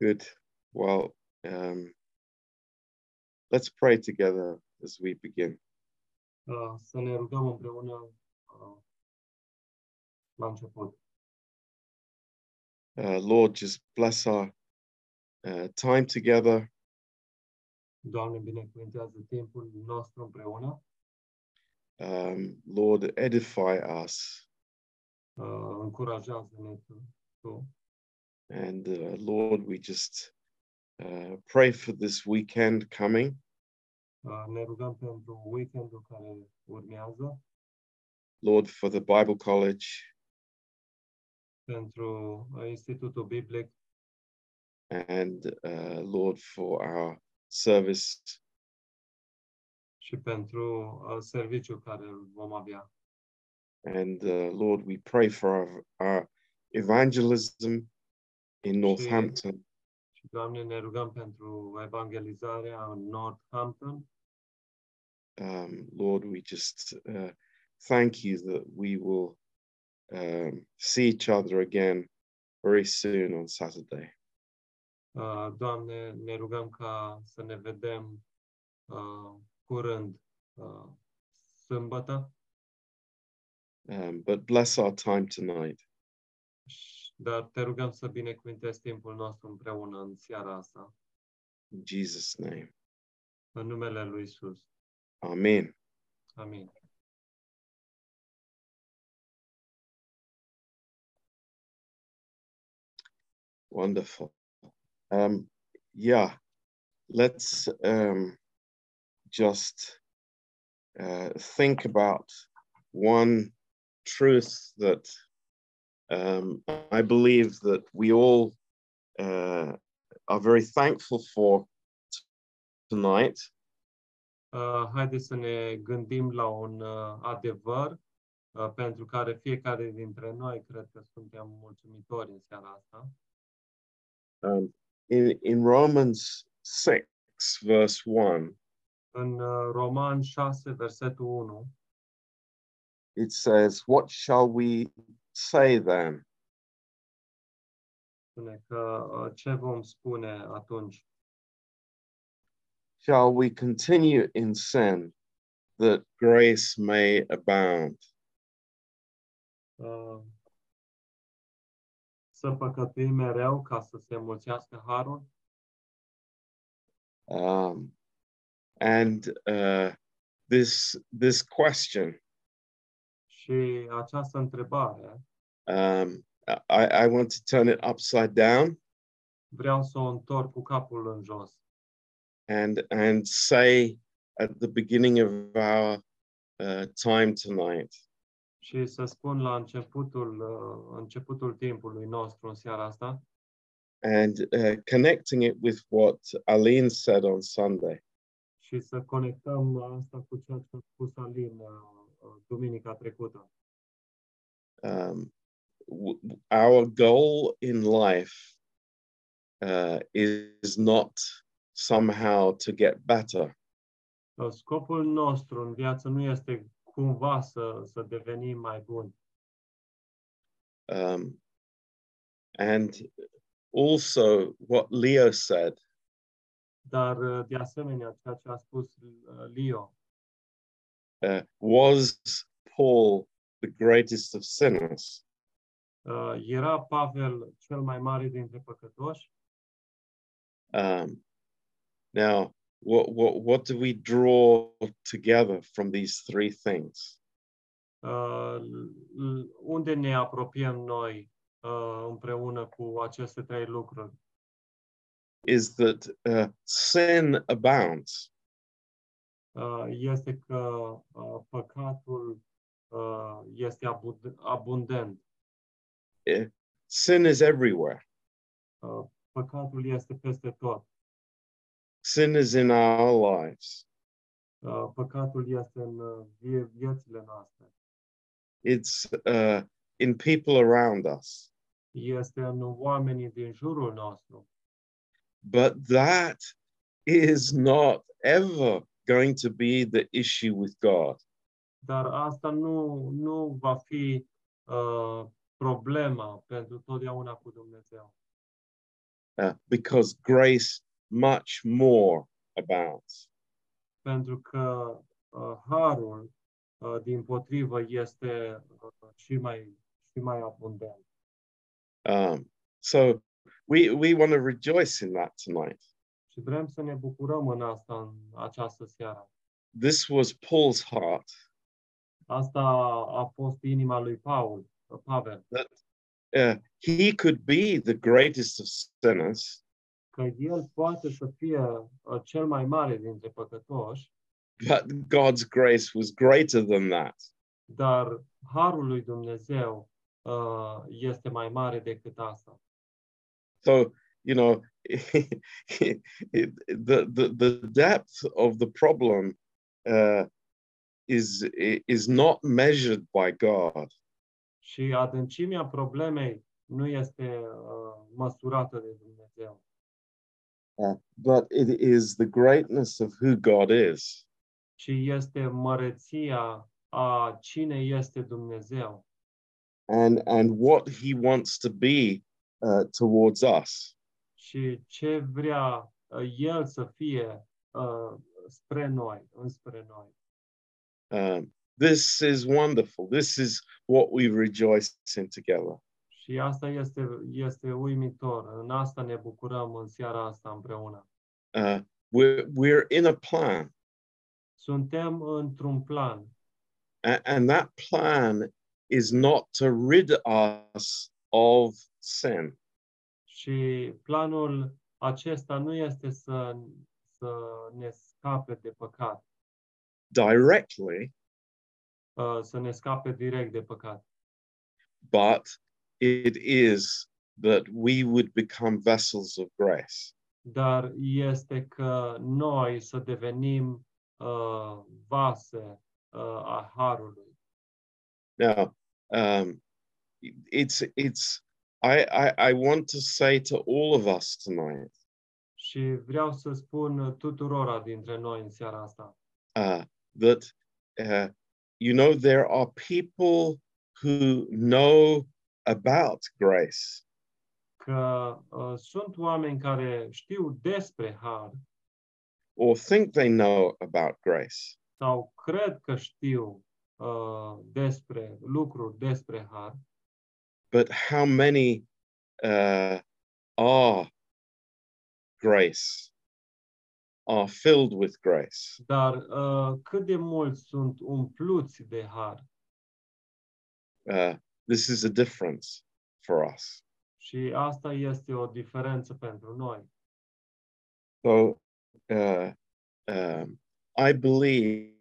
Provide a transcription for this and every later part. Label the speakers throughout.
Speaker 1: Good. Well, um, let's pray together as we begin.
Speaker 2: uh, să ne rugăm împreună uh, la început.
Speaker 1: Uh, Lord, just bless our uh, time together.
Speaker 2: Doamne, binecuvintează timpul nostru împreună,
Speaker 1: Um, Lord, edify us.
Speaker 2: uh, încurajează-ne Tu, tu.
Speaker 1: And uh, Lord, we just uh, pray for this weekend coming.
Speaker 2: Uh, ne rugăm pentru weekendul care urmează,
Speaker 1: Lord, for the Bible College
Speaker 2: pentru uh, Institutul Biblic
Speaker 1: and uh, Lord, for our service.
Speaker 2: și pentru uh, serviciul care îl vom avea.
Speaker 1: And uh, Lord, we pray for our, our evangelism in Northampton.
Speaker 2: Și, Doamne, ne rugăm pentru evangelizarea în Northampton.
Speaker 1: Um, Lord, we just uh, thank you that we will um, see each other again very soon on Saturday.
Speaker 2: Uh, Doamne, ne rugăm ca să ne vedem uh, curând uh, sâmbătă,
Speaker 1: Um, but bless our time tonight.
Speaker 2: și- dar te rugăm să binecuvintezi timpul nostru împreună în seara asta,
Speaker 1: In Jesus' name.
Speaker 2: în numele Lui Isus.
Speaker 1: Amen.
Speaker 2: Amin.
Speaker 1: Wonderful. Um, yeah, let's um, just uh, think about one truth that um, I believe that we all uh, are very thankful for tonight,
Speaker 2: Uh, haideți să ne gândim la un uh, adevăr uh, pentru care fiecare dintre noi cred că suntem mulțumitori în seara asta.
Speaker 1: um, in, in Romans 6, verse 1.
Speaker 2: În uh, Roman 6, versetul 1,
Speaker 1: it says, What shall we say then?
Speaker 2: spune că uh, ce vom spune atunci?
Speaker 1: Shall we continue in sin that grace may abound?
Speaker 2: Uh, să păcătuim mereu ca să se mulțească harul.
Speaker 1: Um, and uh, this, this question,
Speaker 2: Și această întrebare
Speaker 1: um, I, I want to turn it upside down
Speaker 2: vreau să o întorc cu capul în jos
Speaker 1: and, and say at the beginning of our uh, time tonight,
Speaker 2: și să spun la începutul, uh, începutul timpului nostru în seara asta
Speaker 1: and uh, connecting it with what Aline said on Sunday.
Speaker 2: și să conectăm asta cu ceea ce a spus Alin uh, uh, duminica trecută.
Speaker 1: um, w- w- our goal in life uh, is not somehow to get better.
Speaker 2: Uh, Scopul nostru în viață nu este cumva să, să devenim mai buni.
Speaker 1: Um, and also, what Leo said
Speaker 2: Dar, uh, de asemenea, ceea ce a spus uh, Leo,
Speaker 1: uh, was Paul the greatest of sinners?
Speaker 2: Uh, era Pavel cel mai mare dintre păcătoși?
Speaker 1: Um, now, what, what, what do we draw together from these three things?
Speaker 2: Uh, l- l- unde ne apropiem noi uh, împreună cu aceste trei lucruri?
Speaker 1: Is that uh, sin abounds?
Speaker 2: Uh, este că uh, păcatul uh, este abund- abundent.
Speaker 1: Eh, sin is everywhere.
Speaker 2: Uh, păcatul este peste tot.
Speaker 1: Sin is in our lives.
Speaker 2: Uh, păcatul este în uh, vie- viețile noastre.
Speaker 1: It's uh, in people around us.
Speaker 2: Este în oamenii din jurul nostru.
Speaker 1: But that is not ever going to be the issue with God.
Speaker 2: Dar asta nu, nu va fi uh, problema pentru totdeauna cu Dumnezeu.
Speaker 1: uh, because grace much more abounds.
Speaker 2: pentru că uh, harul uh, din potrivă este uh, și mai și mai abundent.
Speaker 1: Um, so we, we want to rejoice in that tonight.
Speaker 2: Și vrem să ne bucurăm în asta în această seară.
Speaker 1: This was Paul's heart
Speaker 2: Asta a fost inima lui Paul, Pavel,
Speaker 1: that uh, he could be the greatest of sinners
Speaker 2: că el poate să fie uh, cel mai mare dintre păcătoși,
Speaker 1: but God's grace was greater than that.
Speaker 2: dar harul lui Dumnezeu uh, este mai mare decât asta.
Speaker 1: So, you know, the, the, the depth of the problem uh, is, is not measured by God.
Speaker 2: Și adâncimea problemei nu este uh, măsurată de Dumnezeu,
Speaker 1: uh, but it is the greatness of who God is.
Speaker 2: ci este măreția a cine este Dumnezeu
Speaker 1: and and what he wants to be uh, towards us.
Speaker 2: și ce vrea uh, El să fie uh, spre noi, înspre noi.
Speaker 1: Um, this is wonderful. This is what we rejoice in together.
Speaker 2: Și asta este, este uimitor. În asta ne bucurăm în seara asta împreună.
Speaker 1: Uh, we're we're in a plan,
Speaker 2: Suntem într-un plan
Speaker 1: a- and that plan is not to rid us of sin.
Speaker 2: și planul acesta nu este să, să ne scape de păcat,
Speaker 1: Directly,
Speaker 2: uh, să ne scape direct de păcat,
Speaker 1: but it is that we would become vessels of grace.
Speaker 2: dar este că noi să devenim uh, vase uh, a harului.
Speaker 1: Now, um, it's it's I, I I want to say to all of us tonight,
Speaker 2: Și vreau să spun tuturora dintre noi în seara asta
Speaker 1: uh, that uh, you know there are people who know about grace,
Speaker 2: că uh, sunt oameni care știu despre har
Speaker 1: or think they know about grace,
Speaker 2: sau cred că știu uh, despre lucruri despre har,
Speaker 1: but how many uh, are grace, are filled with grace?
Speaker 2: dar uh, cât de mulți sunt umpluți de har
Speaker 1: Uh, this is a difference for us.
Speaker 2: și asta este o diferență pentru noi.
Speaker 1: So uh, um, I believe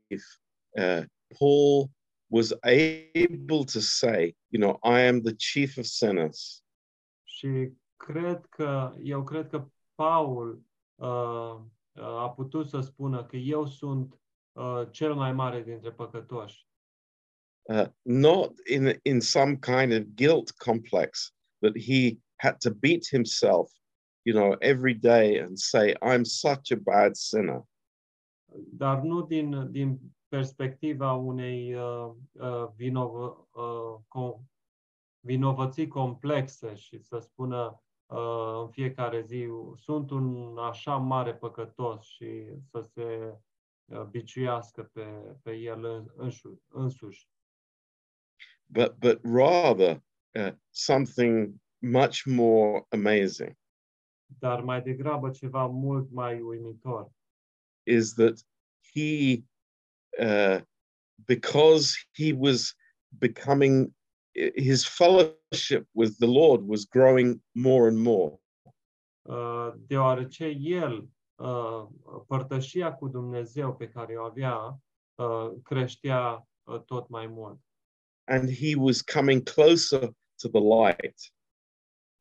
Speaker 1: uh, Paul was able to say, you know, I am the chief of sinners,
Speaker 2: Și cred că, eu cred că Paul uh, a putut să spună că eu sunt uh, cel mai mare dintre păcătoși.
Speaker 1: uh, not in in some kind of guilt complex that he had to beat himself, you know, every day and say, I'm such a bad sinner.
Speaker 2: dar nu din, din perspectiva unei uh, uh, vinovă, uh, com, vinovății complexe și să spună uh, în fiecare zi sunt un așa mare păcătos și să se uh, biciuiască pe, pe el în- însu- însuși,
Speaker 1: But but rather uh, something much more amazing.
Speaker 2: dar mai degrabă ceva mult mai uimitor.
Speaker 1: is that he, uh, because he was becoming, his fellowship with the Lord was growing more and more.
Speaker 2: Uh, deoarece el, uh, părtășia cu Dumnezeu pe care o avea, uh, creștea uh, tot mai mult.
Speaker 1: And he was coming closer to the light.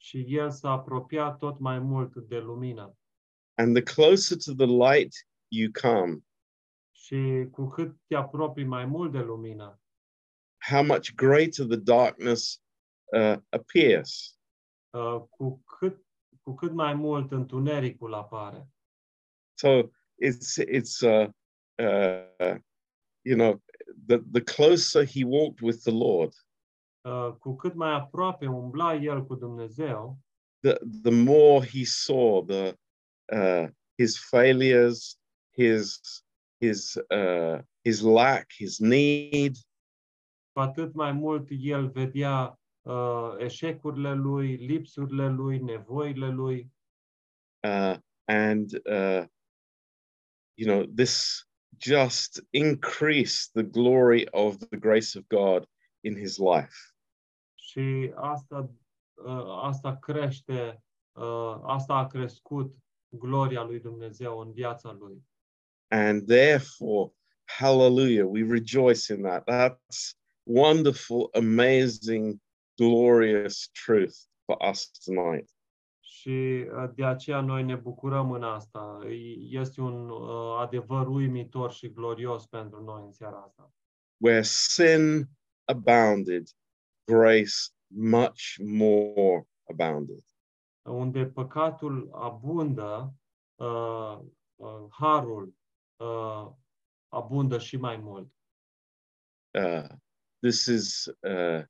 Speaker 2: și el s-a apropiat tot mai mult de lumină.
Speaker 1: And the closer to the light you come,
Speaker 2: Și cu cât te apropii mai mult de lumină,
Speaker 1: how much greater the darkness uh, appears.
Speaker 2: uh, cu cât, cu cât mai mult întunericul apare.
Speaker 1: So it's, it's uh, uh, you know, the, the closer he walked with the Lord,
Speaker 2: Uh, Cu cât mai aproape umbla el cu Dumnezeu,
Speaker 1: the, the more he saw the, uh, his failures, his, his, uh, his lack, his need,
Speaker 2: cu atât mai mult el vedea uh, eșecurile lui, lipsurile lui, nevoile lui
Speaker 1: uh, and uh, you know this just increased the glory of the grace of God in his life.
Speaker 2: și asta, uh, asta crește, uh, asta a crescut gloria lui Dumnezeu în viața lui.
Speaker 1: And therefore, hallelujah, we rejoice in that. That's wonderful, amazing, glorious truth for us tonight.
Speaker 2: Și uh, de aceea noi ne bucurăm în asta. E- Este un uh, adevăr uimitor și glorios pentru noi în seara asta.
Speaker 1: Where sin abounded, grace much more abounded.
Speaker 2: Unde păcatul abundă, uh, uh, harul uh, abundă și mai mult.
Speaker 1: Uh, this is uh,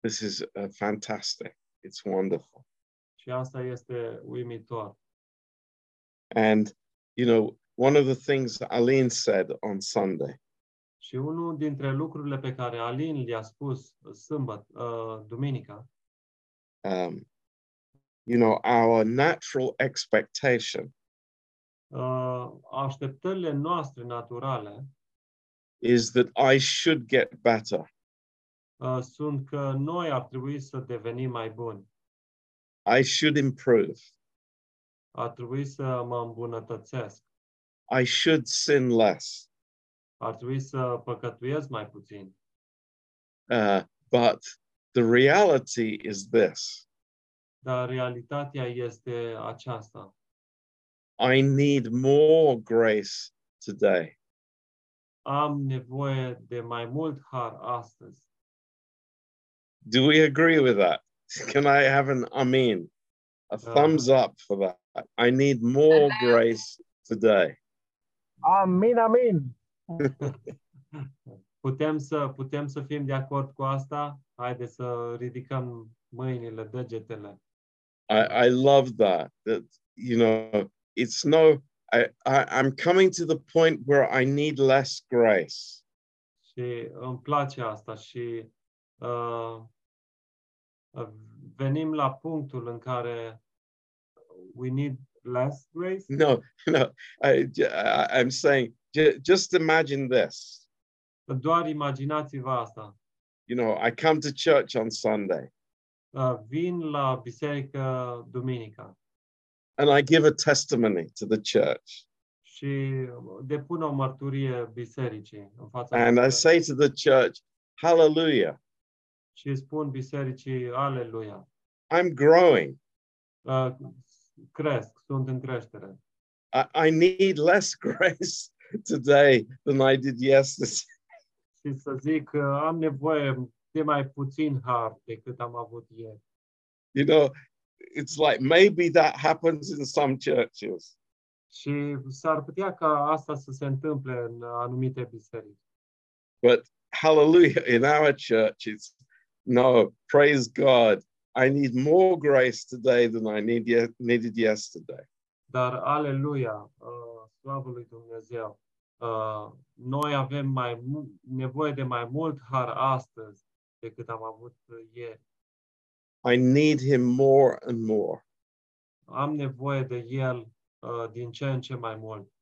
Speaker 1: this is uh, fantastic. It's wonderful.
Speaker 2: Și asta este uimitor.
Speaker 1: And you know, one of the things that Aline said on Sunday
Speaker 2: Și unul dintre lucrurile pe care Alin le-a spus sâmbătă, uh, duminica,
Speaker 1: um, you know, our natural expectation
Speaker 2: uh, așteptările noastre naturale
Speaker 1: is that I should get better.
Speaker 2: uh, sunt că noi ar trebui să devenim mai buni.
Speaker 1: I should improve.
Speaker 2: Ar trebui să mă îmbunătățesc.
Speaker 1: I should sin less.
Speaker 2: Ar trebui să păcătuiesc mai puțin.
Speaker 1: Uh, but the reality is this
Speaker 2: Dar realitatea este aceasta.
Speaker 1: I need more grace today.
Speaker 2: Am nevoie de mai mult har astăzi.
Speaker 1: Do we agree with that? Can I have an amen? A
Speaker 2: Uh,
Speaker 1: thumbs up for that. I need more grace today.
Speaker 3: Amin, amin.
Speaker 2: Putem să, putem să fim de acord cu asta? Haideți să ridicăm mâinile, degetele.
Speaker 1: I, I love that. That you know, it's no. I, I I'm coming to the point where I need less grace.
Speaker 2: Și îmi place asta și uh, venim la punctul în care we need less grace.
Speaker 1: No, no. I, I am saying ju- just imagine this.
Speaker 2: Doar imaginați-vă asta.
Speaker 1: You know, I come to church on Sunday
Speaker 2: Uh, vin la biserică duminica
Speaker 1: and I give a testimony to the church,
Speaker 2: și depun o mărturie bisericii în fața
Speaker 1: and I
Speaker 2: noastră
Speaker 1: say to the church, "Hallelujah!
Speaker 2: și spun bisericii aleluia.
Speaker 1: I'm growing.
Speaker 2: Uh, cresc, sunt în creștere.
Speaker 1: I, I need less grace today than I did yesterday."
Speaker 2: Și să zic că am nevoie de mai puțin har decât am avut ieri.
Speaker 1: You know, it's like maybe that happens in some churches.
Speaker 2: Și s-ar putea ca asta să se întâmple în anumite biserici.
Speaker 1: But hallelujah, in our church, it's no, praise God. I need more grace today than I need ye- needed yesterday.
Speaker 2: Dar, aleluia, uh, slavă lui Dumnezeu, uh, noi avem mai mu- nevoie de mai mult har astăzi decât am avut uh, ieri.
Speaker 1: I need Him more and more.
Speaker 2: Am nevoie de el uh, din ce în ce mai mult.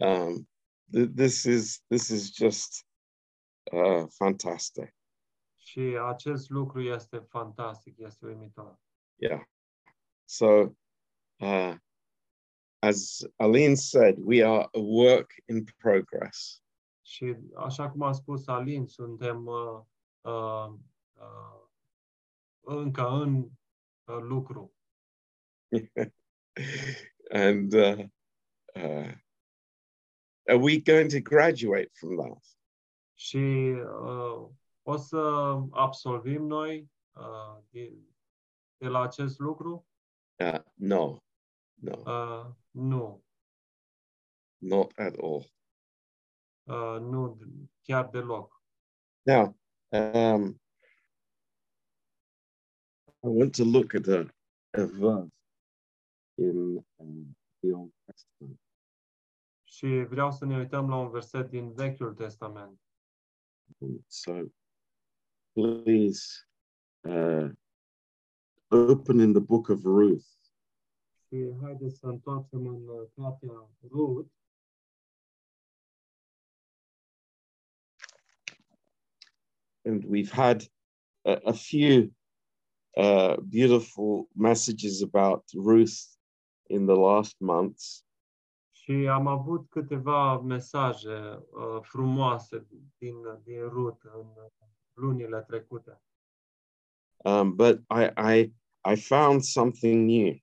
Speaker 1: Um, th- this is this is just uh, fantastic.
Speaker 2: Și acest lucru este fantastic, este uimitor.
Speaker 1: Yeah. So, uh, as Aline said, we are a work in progress.
Speaker 2: Și, așa cum a spus Alin, suntem uh, uh, uh, încă în uh, lucru.
Speaker 1: and uh, uh, are we going to graduate from that?
Speaker 2: Și uh, o să absolvim noi uh, de, de la acest lucru?
Speaker 1: Uh, no, no,
Speaker 2: Uh, nu,
Speaker 1: not at all.
Speaker 2: uh, nu chiar deloc.
Speaker 1: Now, um, I want to look at a, a verse in um, the Old Testament.
Speaker 2: Și vreau să ne uităm la un verset din Vechiul Testament.
Speaker 1: And so please uh, open in the book of Ruth
Speaker 2: Și haideți să întoarcem în uh, cartea Rut,
Speaker 1: and we've had a, a few uh, beautiful messages about Ruth in the last months.
Speaker 2: Și am avut câteva mesaje uh, frumoase din, din Rut în lunile trecute.
Speaker 1: Um, but I, I, I found something new,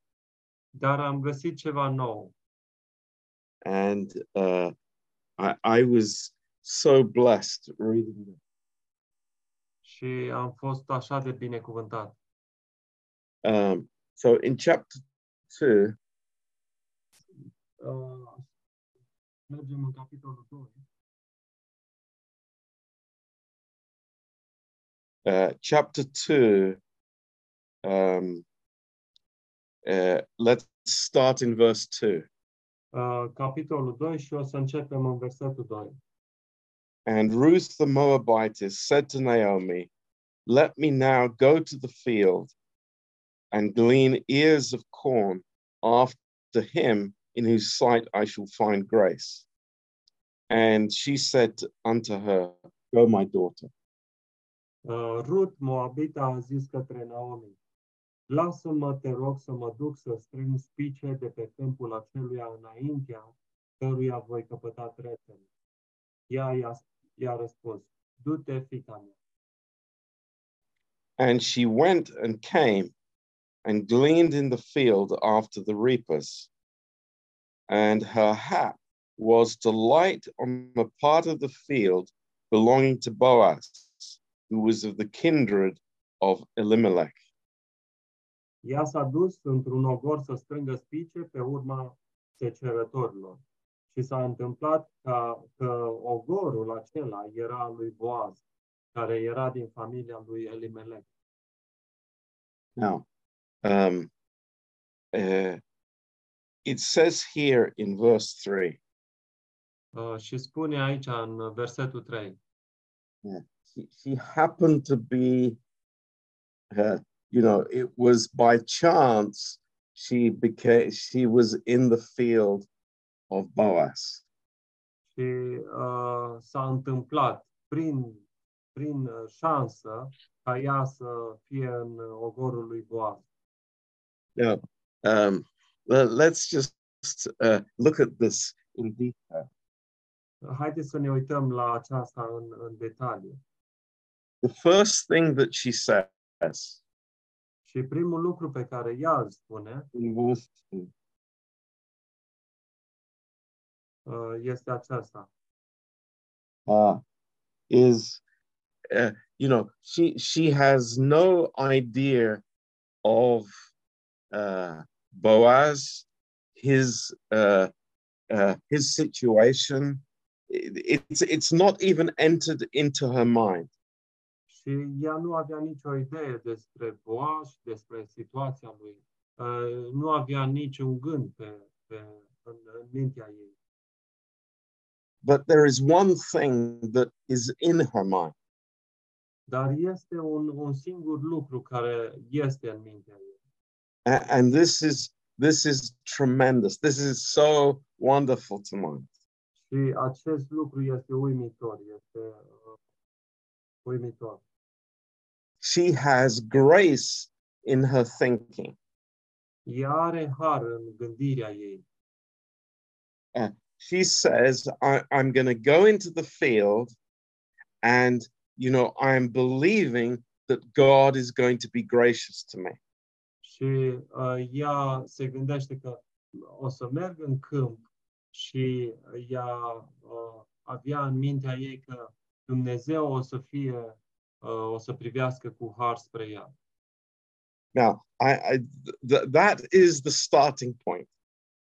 Speaker 2: Dar am găsit ceva nou
Speaker 1: and uh, I, I was so blessed reading it.
Speaker 2: și am fost așa de binecuvântat.
Speaker 1: Um, so in chapter two,
Speaker 2: Uh, mergem în capitolul 2.
Speaker 1: uh, chapter two, um, uh, let's start in verse two.
Speaker 2: Uh, capitolul 2 și o să începem în versetul 2.
Speaker 1: And Ruth the Moabitess said to Naomi, Let me now go to the field and glean ears of corn after him in whose sight I shall find grace. And she said unto her, Go, my daughter.
Speaker 2: Uh, Rut, Moabita, a zis către Naomi, Lasă-mă, te rog, să mă duc să strâng spice de pe câmpul aceluia înaintea, căruia voi căpăta treptele. Ea i-a, i-a răspuns, Du-te, fica mea.
Speaker 1: And she went and came and gleaned in the field after the reapers. And her hap was to light on the part of the field belonging to Boaz, who was of the kindred of Elimelech.
Speaker 2: Ea s-a dus într-un ogor să strângă spice pe urma secerătorilor. Și s-a întâmplat ca, că ogorul acela era al lui Boaz, care era din familia lui Elimelec.
Speaker 1: Now, um, uh, it says here in verse 3
Speaker 2: Uh, și spune aici în versetul 3,
Speaker 1: she, she happened to be, uh, you know, it was by chance she became, she was in the field of Boaz.
Speaker 2: și uh, s-a întâmplat prin, prin uh, șansă ca ea să fie în ogorul lui Boaz.
Speaker 1: Now, um, le- let's just uh, look at this in detail.
Speaker 2: Haideți să ne uităm la aceasta în, în detaliu.
Speaker 1: The first thing that she says
Speaker 2: Și primul lucru pe care ea îl spune
Speaker 1: in verse 2
Speaker 2: uh, este acesta.
Speaker 1: uh, is, uh, you know, she she has no idea of uh, Boaz, his uh, uh, his situation. It- It's it's not even entered into her mind.
Speaker 2: Și ea nu avea nicio idee despre Boaz, și despre situația lui. Uh, nu avea niciun gând pe, pe, în, în mintea ei.
Speaker 1: But there is one thing that is in her mind,
Speaker 2: Dar este un, un singur lucru care este în mintea ei.
Speaker 1: a- and this is this is tremendous. This is so wonderful tonight.
Speaker 2: Și acest lucru este uimitor, este uh, uimitor.
Speaker 1: She has grace in her thinking.
Speaker 2: Ea are har în gândirea ei.
Speaker 1: she says, I, I'm going to go into the field and, you know, I'm believing that God is going to be gracious to me.
Speaker 2: Și uh, ea se gândește că o să merg în câmp și ea uh, avea în mintea ei că Dumnezeu o să fie, uh, o să privească cu har spre ea.
Speaker 1: Now, I, I th- that is the starting point.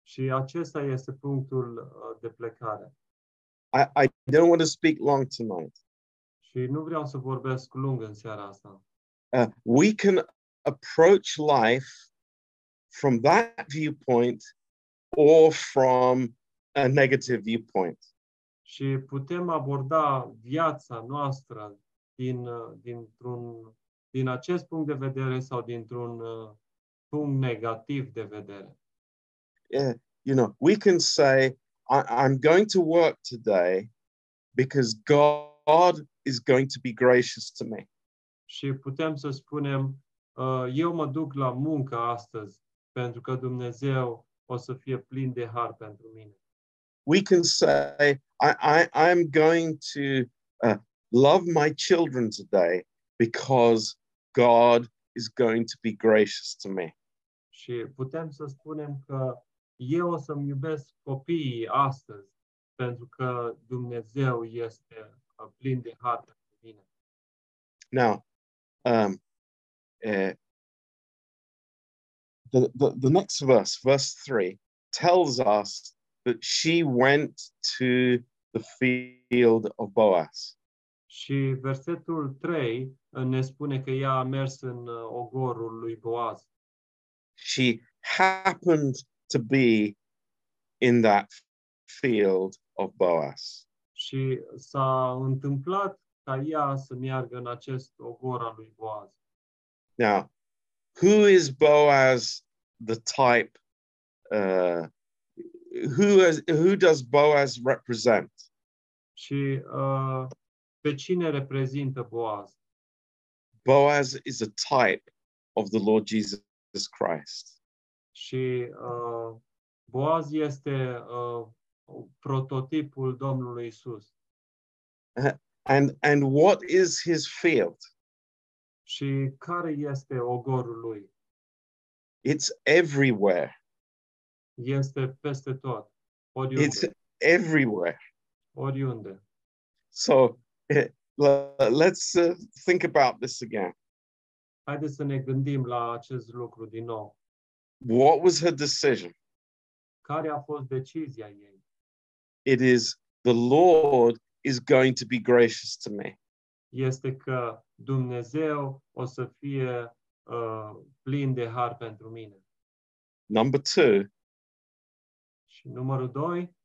Speaker 2: Și acesta este punctul uh, de plecare.
Speaker 1: I, I don't want to speak long tonight.
Speaker 2: Și nu vreau să vorbesc lung în seara asta.
Speaker 1: Uh, we can approach life from that viewpoint or from a negative viewpoint.
Speaker 2: și putem aborda viața noastră din, uh, dintr-un, din acest punct de vedere sau dintr-un uh, punct negativ de vedere.
Speaker 1: Yeah, you know, we can say, I- I'm going to work today because God is going to be gracious to me.
Speaker 2: Și putem să spunem, uh, eu mă duc la muncă astăzi pentru că Dumnezeu o să fie plin de har pentru mine.
Speaker 1: We can say, I, I, I'm going to uh, love my children today because God is going to be gracious to me.
Speaker 2: Și putem să spunem că eu o să-mi iubesc copiii astăzi pentru că Dumnezeu este uh, plin de har pentru mine.
Speaker 1: Now, um, uh, the, the, the next verse, verse 3, tells us that she went to the field of Boaz.
Speaker 2: Și versetul 3 ne spune că ea a mers în uh, ogorul lui Boaz
Speaker 1: She happened to be in that field of Boaz.
Speaker 2: și s-a întâmplat ca ea să meargă în acest ogor al lui Boaz.
Speaker 1: Now, who is Boaz the type? Uh, who, is, who does Boaz represent?
Speaker 2: Și uh, pe cine reprezintă Boaz?
Speaker 1: Boaz is a type of the Lord Jesus Christ.
Speaker 2: Și uh, Boaz este uh, prototipul Domnului Isus.
Speaker 1: And and what is his field?
Speaker 2: Și care este ogorul lui?
Speaker 1: It's everywhere.
Speaker 2: Este peste tot,
Speaker 1: It's
Speaker 2: oriunde.
Speaker 1: everywhere.
Speaker 2: oriunde.
Speaker 1: So eh, le- let's uh, think about this again.
Speaker 2: Haideți să ne gândim la acest lucru din nou.
Speaker 1: What was her decision?
Speaker 2: care a fost decizia ei.
Speaker 1: It is the Lord is going to be gracious to me.
Speaker 2: Este că Dumnezeu o să fie uh, plin de har pentru mine.
Speaker 1: Number two,
Speaker 2: Și numărul doi,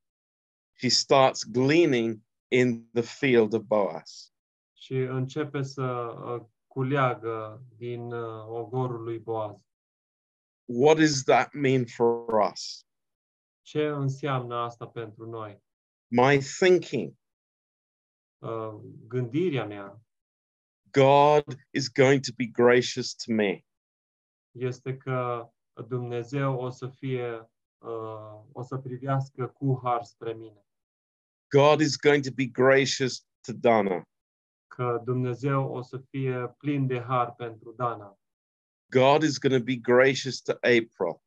Speaker 1: she starts gleaning in the field of Boaz.
Speaker 2: și începe să uh, culeagă din uh, ogorul lui Boaz.
Speaker 1: What does that mean for us?
Speaker 2: Ce înseamnă asta pentru noi?
Speaker 1: My thinking,
Speaker 2: Uh, gândirea mea
Speaker 1: God is going to be gracious to me.
Speaker 2: este că Dumnezeu o să fie, uh, o să privească cu har spre mine.
Speaker 1: God is going to be gracious to Dana.
Speaker 2: Că Dumnezeu o să fie plin de har pentru Dana.
Speaker 1: God is going to be gracious to April.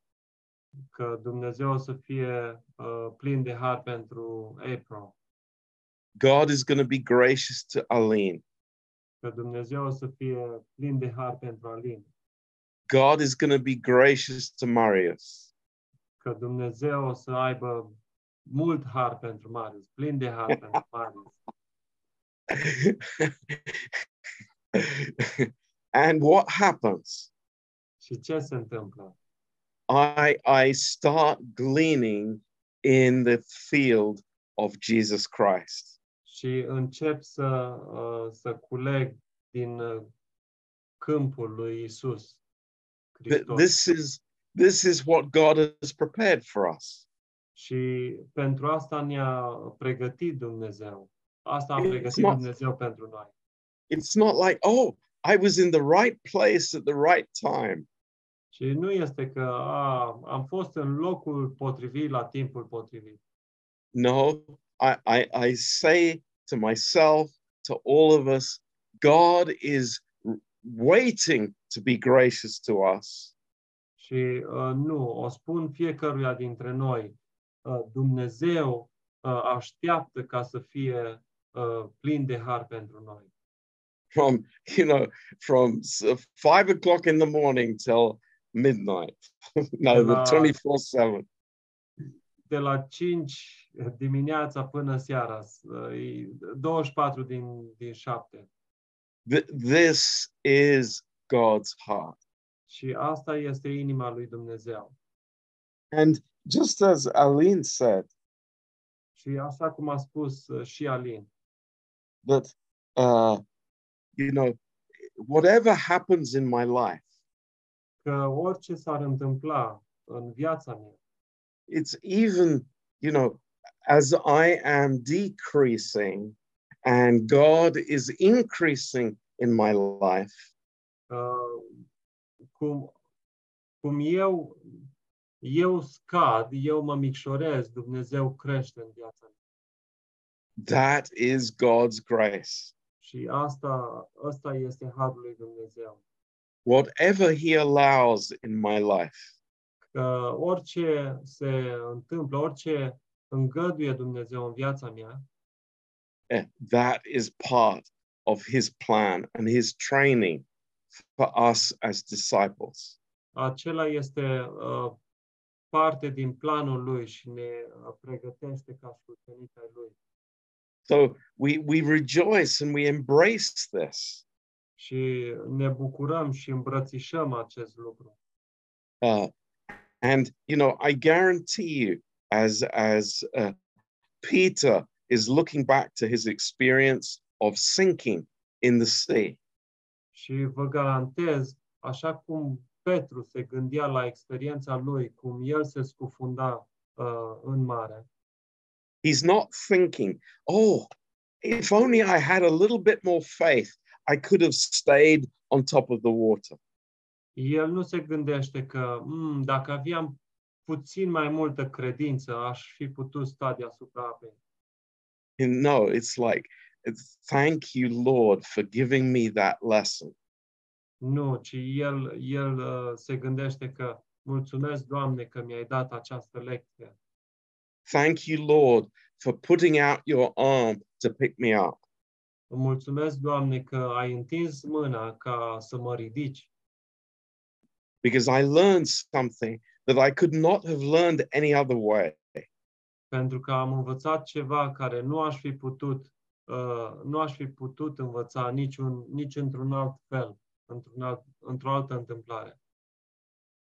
Speaker 2: că Dumnezeu o să fie uh, plin de har pentru April,
Speaker 1: God is going to be gracious to Aline.
Speaker 2: că Dumnezeu o să fie plin de har pentru Alin,
Speaker 1: God is going to be gracious to Marius.
Speaker 2: că Dumnezeu o să aibă mult har pentru Marius, plin de har pentru Marius.
Speaker 1: and what happens?
Speaker 2: Și ce se întâmplă?
Speaker 1: I I start gleaning in the field of Jesus Christ.
Speaker 2: Și încep să, uh, să culeg din uh, câmpul lui Isus.
Speaker 1: Th-
Speaker 2: Hristos.
Speaker 1: This is this is what God has prepared for us.
Speaker 2: Și pentru asta ne-a pregătit Dumnezeu. Asta a
Speaker 1: It's
Speaker 2: pregătit
Speaker 1: not-
Speaker 2: Dumnezeu pentru noi.
Speaker 1: It's not like, oh, I was in the right place at the right time.
Speaker 2: Și nu este că a, am fost în locul potrivit la timpul potrivit,
Speaker 1: No, I, I, I say to myself, to all of us, God is r- waiting to be gracious to us.
Speaker 2: și uh, nu, o spun fiecăruia dintre noi, uh, Dumnezeu uh, așteaptă ca să fie uh, plin de har pentru noi.
Speaker 1: From you know, from s- five o'clock in the morning till midnight, no, the
Speaker 2: Wow.
Speaker 1: twenty four seven.
Speaker 2: De la 5 dimineața până seara, s- uh, e 24 din, din 7.
Speaker 1: This is God's heart.
Speaker 2: Și asta este inima lui Dumnezeu.
Speaker 1: And just as Aline said,
Speaker 2: Și așa cum a spus uh, și Alin,
Speaker 1: that, uh, you know, whatever happens in my life,
Speaker 2: că orice s-ar întâmpla în viața mea,
Speaker 1: it's even, you know, as I am decreasing and God is increasing in my life,
Speaker 2: uh, cum, cum eu, eu scad, eu mă micșorez, Dumnezeu crește în viața mea.
Speaker 1: that is God's grace.
Speaker 2: Și asta, asta este harul lui Dumnezeu.
Speaker 1: Whatever He allows in my life,
Speaker 2: Că orice se întâmplă, orice îngăduie Dumnezeu în viața mea,
Speaker 1: eh, that is part of His plan and His training for us as disciples.
Speaker 2: acela este uh, parte din planul lui și ne uh, pregătește ca și ucenici ai lui.
Speaker 1: So we, we rejoice and we embrace this.
Speaker 2: Și ne bucurăm și îmbrățișăm acest lucru.
Speaker 1: Uh, and you know, I guarantee you, as as uh, Peter is looking back to his experience of sinking in the sea,
Speaker 2: Și vă garantez, așa cum Petru se gândea la experiența lui, cum el se scufunda uh, în mare,
Speaker 1: he's not thinking, "Oh, if only I had a little bit more faith, I could have stayed on top of the water."
Speaker 2: el nu se gândește că "Mm, dacă aveam puțin mai multă credință, aș fi putut sta deasupra apei.
Speaker 1: And no, it's like, "Thank you, Lord, for giving me that lesson."
Speaker 2: Nu, ci el, el uh, se gândește că mulțumesc, Doamne, că mi-ai dat această lecție.
Speaker 1: Thank you, Lord, for putting out your arm to pick me up.
Speaker 2: Îmi mulțumesc, Doamne, că ai întins mâna ca să mă ridici,
Speaker 1: because I learned something that I could not have learned any other way.
Speaker 2: pentru că am învățat ceva care nu aș fi putut, uh, nu aș fi putut învăța niciun, nici într-un alt fel, într-un alt, într-o altă întâmplare.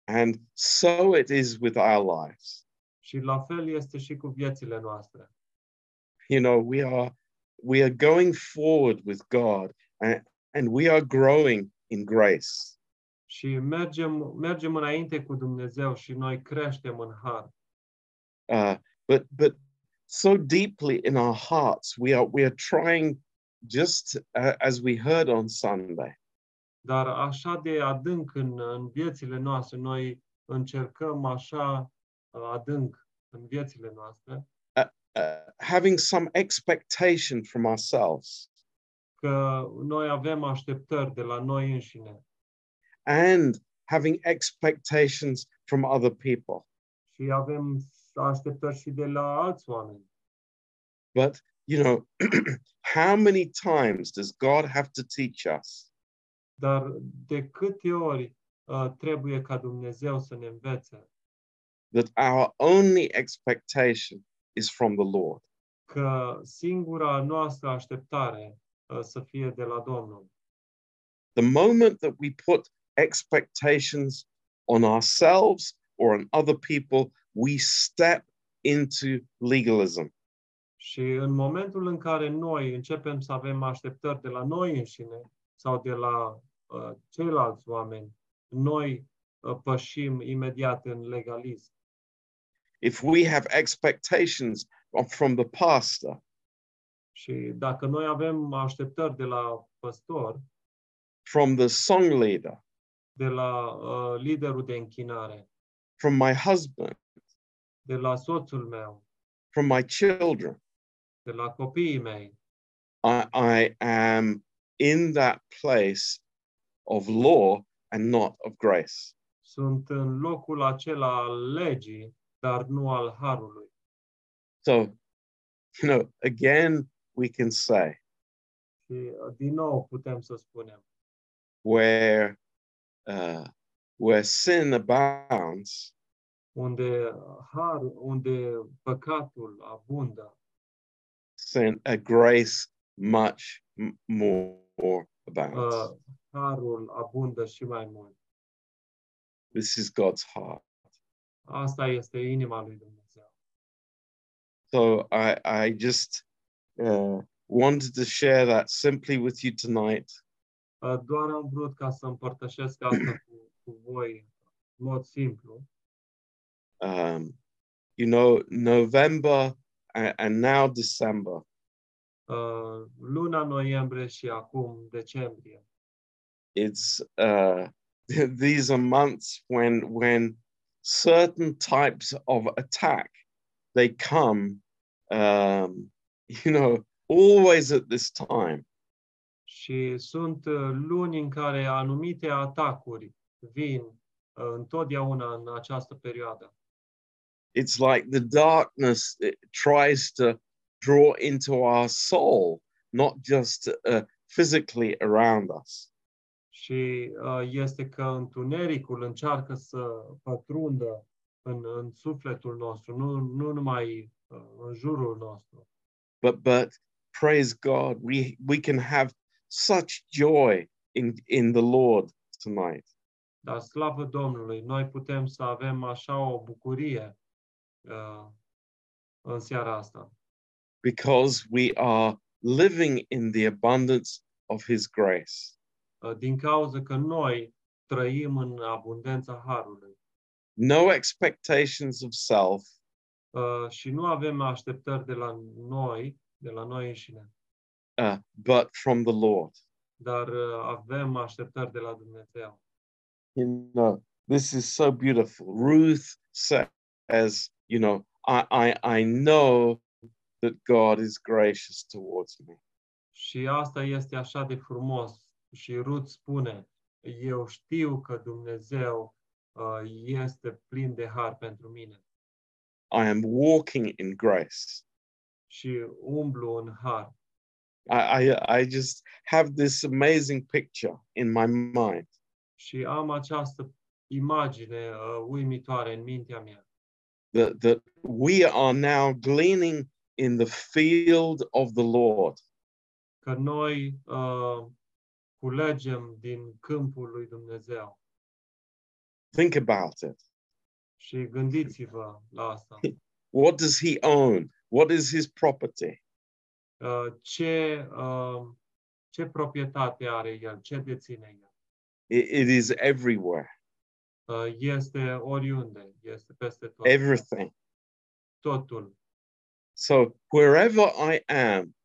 Speaker 1: And so it is with our lives.
Speaker 2: Și la fel este și cu viețile noastre.
Speaker 1: You know, we are we are going forward with God and, and we are growing in grace.
Speaker 2: Și mergem, mergem înainte cu Dumnezeu și noi creștem în har.
Speaker 1: Uh, but but so deeply in our hearts, we are we are trying just uh, as we heard on Sunday,
Speaker 2: Dar așa de adânc în, în viețile noastre, noi încercăm așa uh, adânc în viețile noastre,
Speaker 1: uh, having some expectation from ourselves
Speaker 2: că noi avem așteptări de la noi înșine
Speaker 1: and having expectations from other people.
Speaker 2: și avem așteptări și de la alți oameni.
Speaker 1: But you know, how many times does God have to teach us
Speaker 2: Dar de câte ori uh, trebuie ca Dumnezeu să ne învețe
Speaker 1: that our only expectation is from the Lord?
Speaker 2: că singura noastră așteptare uh, să fie de la Domnul?
Speaker 1: The moment that we put expectations on ourselves or on other people, we step into legalism.
Speaker 2: Și în momentul în care noi începem să avem așteptări de la noi înșine sau de la uh, ceilalți oameni, noi uh, pășim imediat în legalism.
Speaker 1: If we have expectations from the pastor,
Speaker 2: Și dacă noi avem așteptări de la păstor,
Speaker 1: from the song leader,
Speaker 2: de la uh, liderul de închinare,
Speaker 1: from my husband,
Speaker 2: de la soțul meu,
Speaker 1: from my children,
Speaker 2: de la copiii mei,
Speaker 1: I, I am in that place of law and not of grace.
Speaker 2: sunt în locul acela al legii, dar nu al harului.
Speaker 1: So, you know, again, we can say
Speaker 2: Și uh, din nou putem să spunem,
Speaker 1: where uh, where sin abounds,
Speaker 2: unde har, unde păcatul abundă,
Speaker 1: sin uh, grace much m- more abounds.
Speaker 2: uh, harul abundă și mai mult.
Speaker 1: This is God's heart.
Speaker 2: Asta este inima lui Dumnezeu.
Speaker 1: So I, I just uh, wanted to share that simply with you tonight.
Speaker 2: Uh, Doar am vrut ca să împărtășesc asta cu, cu voi în mod simplu.
Speaker 1: Um, you know, November and, and now December,
Speaker 2: Uh, Luna noiembrie și acum decembrie
Speaker 1: it's uh, these are months when when certain types of attack they come, um, you know, always at this time.
Speaker 2: și sunt uh, luni în care anumite atacuri vin uh, întotdeauna în această perioadă.
Speaker 1: It's like the darkness it tries to draw into our soul, not just uh, physically around us.
Speaker 2: Și uh, este că întunericul încearcă să pătrundă în, în sufletul nostru, nu, nu numai uh, în jurul nostru.
Speaker 1: but but praise god we we can have such joy in in the lord tonight
Speaker 2: Dar slavă Domnului, noi putem să avem așa o bucurie uh, în seara asta,
Speaker 1: because we are living in the abundance of his grace
Speaker 2: uh, din cauza că noi trăim în abundența harului
Speaker 1: no expectations of self
Speaker 2: uh, și nu avem așteptări de la noi, de la noi înșine,
Speaker 1: uh, but from the lord
Speaker 2: dar uh, avem așteptări de la Dumnezeu.
Speaker 1: you know this is so beautiful ruth says you know i i i know that god is gracious towards me
Speaker 2: Și asta este așa de frumos. Și Rut spune, eu știu că Dumnezeu uh, este plin de har pentru mine
Speaker 1: i am walking in grace
Speaker 2: și umblu în har.
Speaker 1: I, I, I just have this amazing picture in my mind
Speaker 2: Și am această imagine uh, uimitoare în mintea mea,
Speaker 1: that, that we are now gleaning in the field of the Lord.
Speaker 2: că noi uh, culegem din câmpul lui Dumnezeu.
Speaker 1: Think about it.
Speaker 2: Și gândiți-vă la asta.
Speaker 1: What does he own? What is his property?
Speaker 2: Uh, ce, uh, ce proprietate are el? Ce deține el?
Speaker 1: It, it is everywhere,
Speaker 2: Uh, este oriunde, este peste tot.
Speaker 1: everything.
Speaker 2: totul.
Speaker 1: So wherever I am,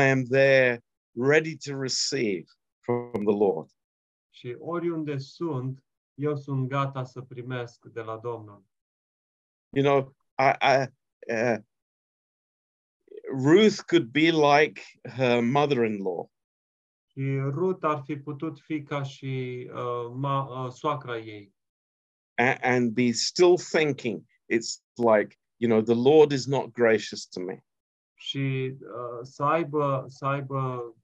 Speaker 1: I am there ready to receive from the Lord.
Speaker 2: Și oriunde sunt, eu sunt gata să primesc de la Domnul.
Speaker 1: You know, I, I uh, Ruth could be like her mother-in-law.
Speaker 2: Și Rut ar fi putut fi ca și uh, ma, uh, soacra ei
Speaker 1: and, and be still thinking it's like you know the lord is not gracious to me
Speaker 2: și uh, să aibă să aibă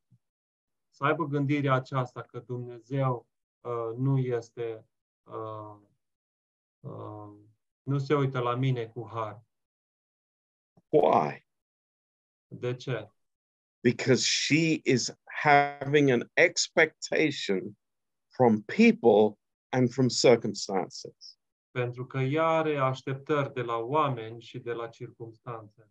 Speaker 2: să aibă gândirea aceasta că Dumnezeu uh, nu este uh, uh, nu se uită la mine cu har.
Speaker 1: why
Speaker 2: De ce?
Speaker 1: because she is having an expectation from people and from circumstances
Speaker 2: Pentru că ea are așteptări de la oameni și de la circumstanțe.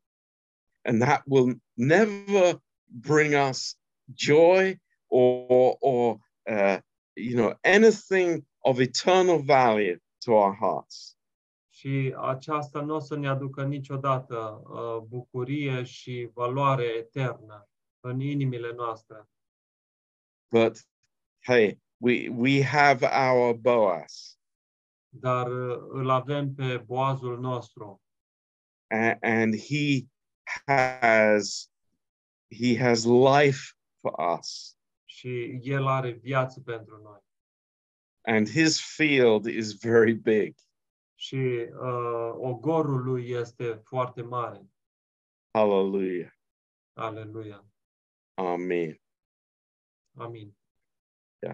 Speaker 1: and that will never bring us joy or or uh, you know anything of eternal value to our hearts
Speaker 2: Și aceasta nu o să ne aducă niciodată uh, bucurie și valoare eternă în inimile noastre.
Speaker 1: but hey we we have our boas
Speaker 2: Dar uh, îl avem pe boazul nostru
Speaker 1: a- and he has he has life for us
Speaker 2: și el are viață pentru noi.
Speaker 1: and his field is very big
Speaker 2: Și uh, ogorul lui este foarte mare.
Speaker 1: hallelujah
Speaker 2: Aleluia.
Speaker 1: amen
Speaker 2: Amin.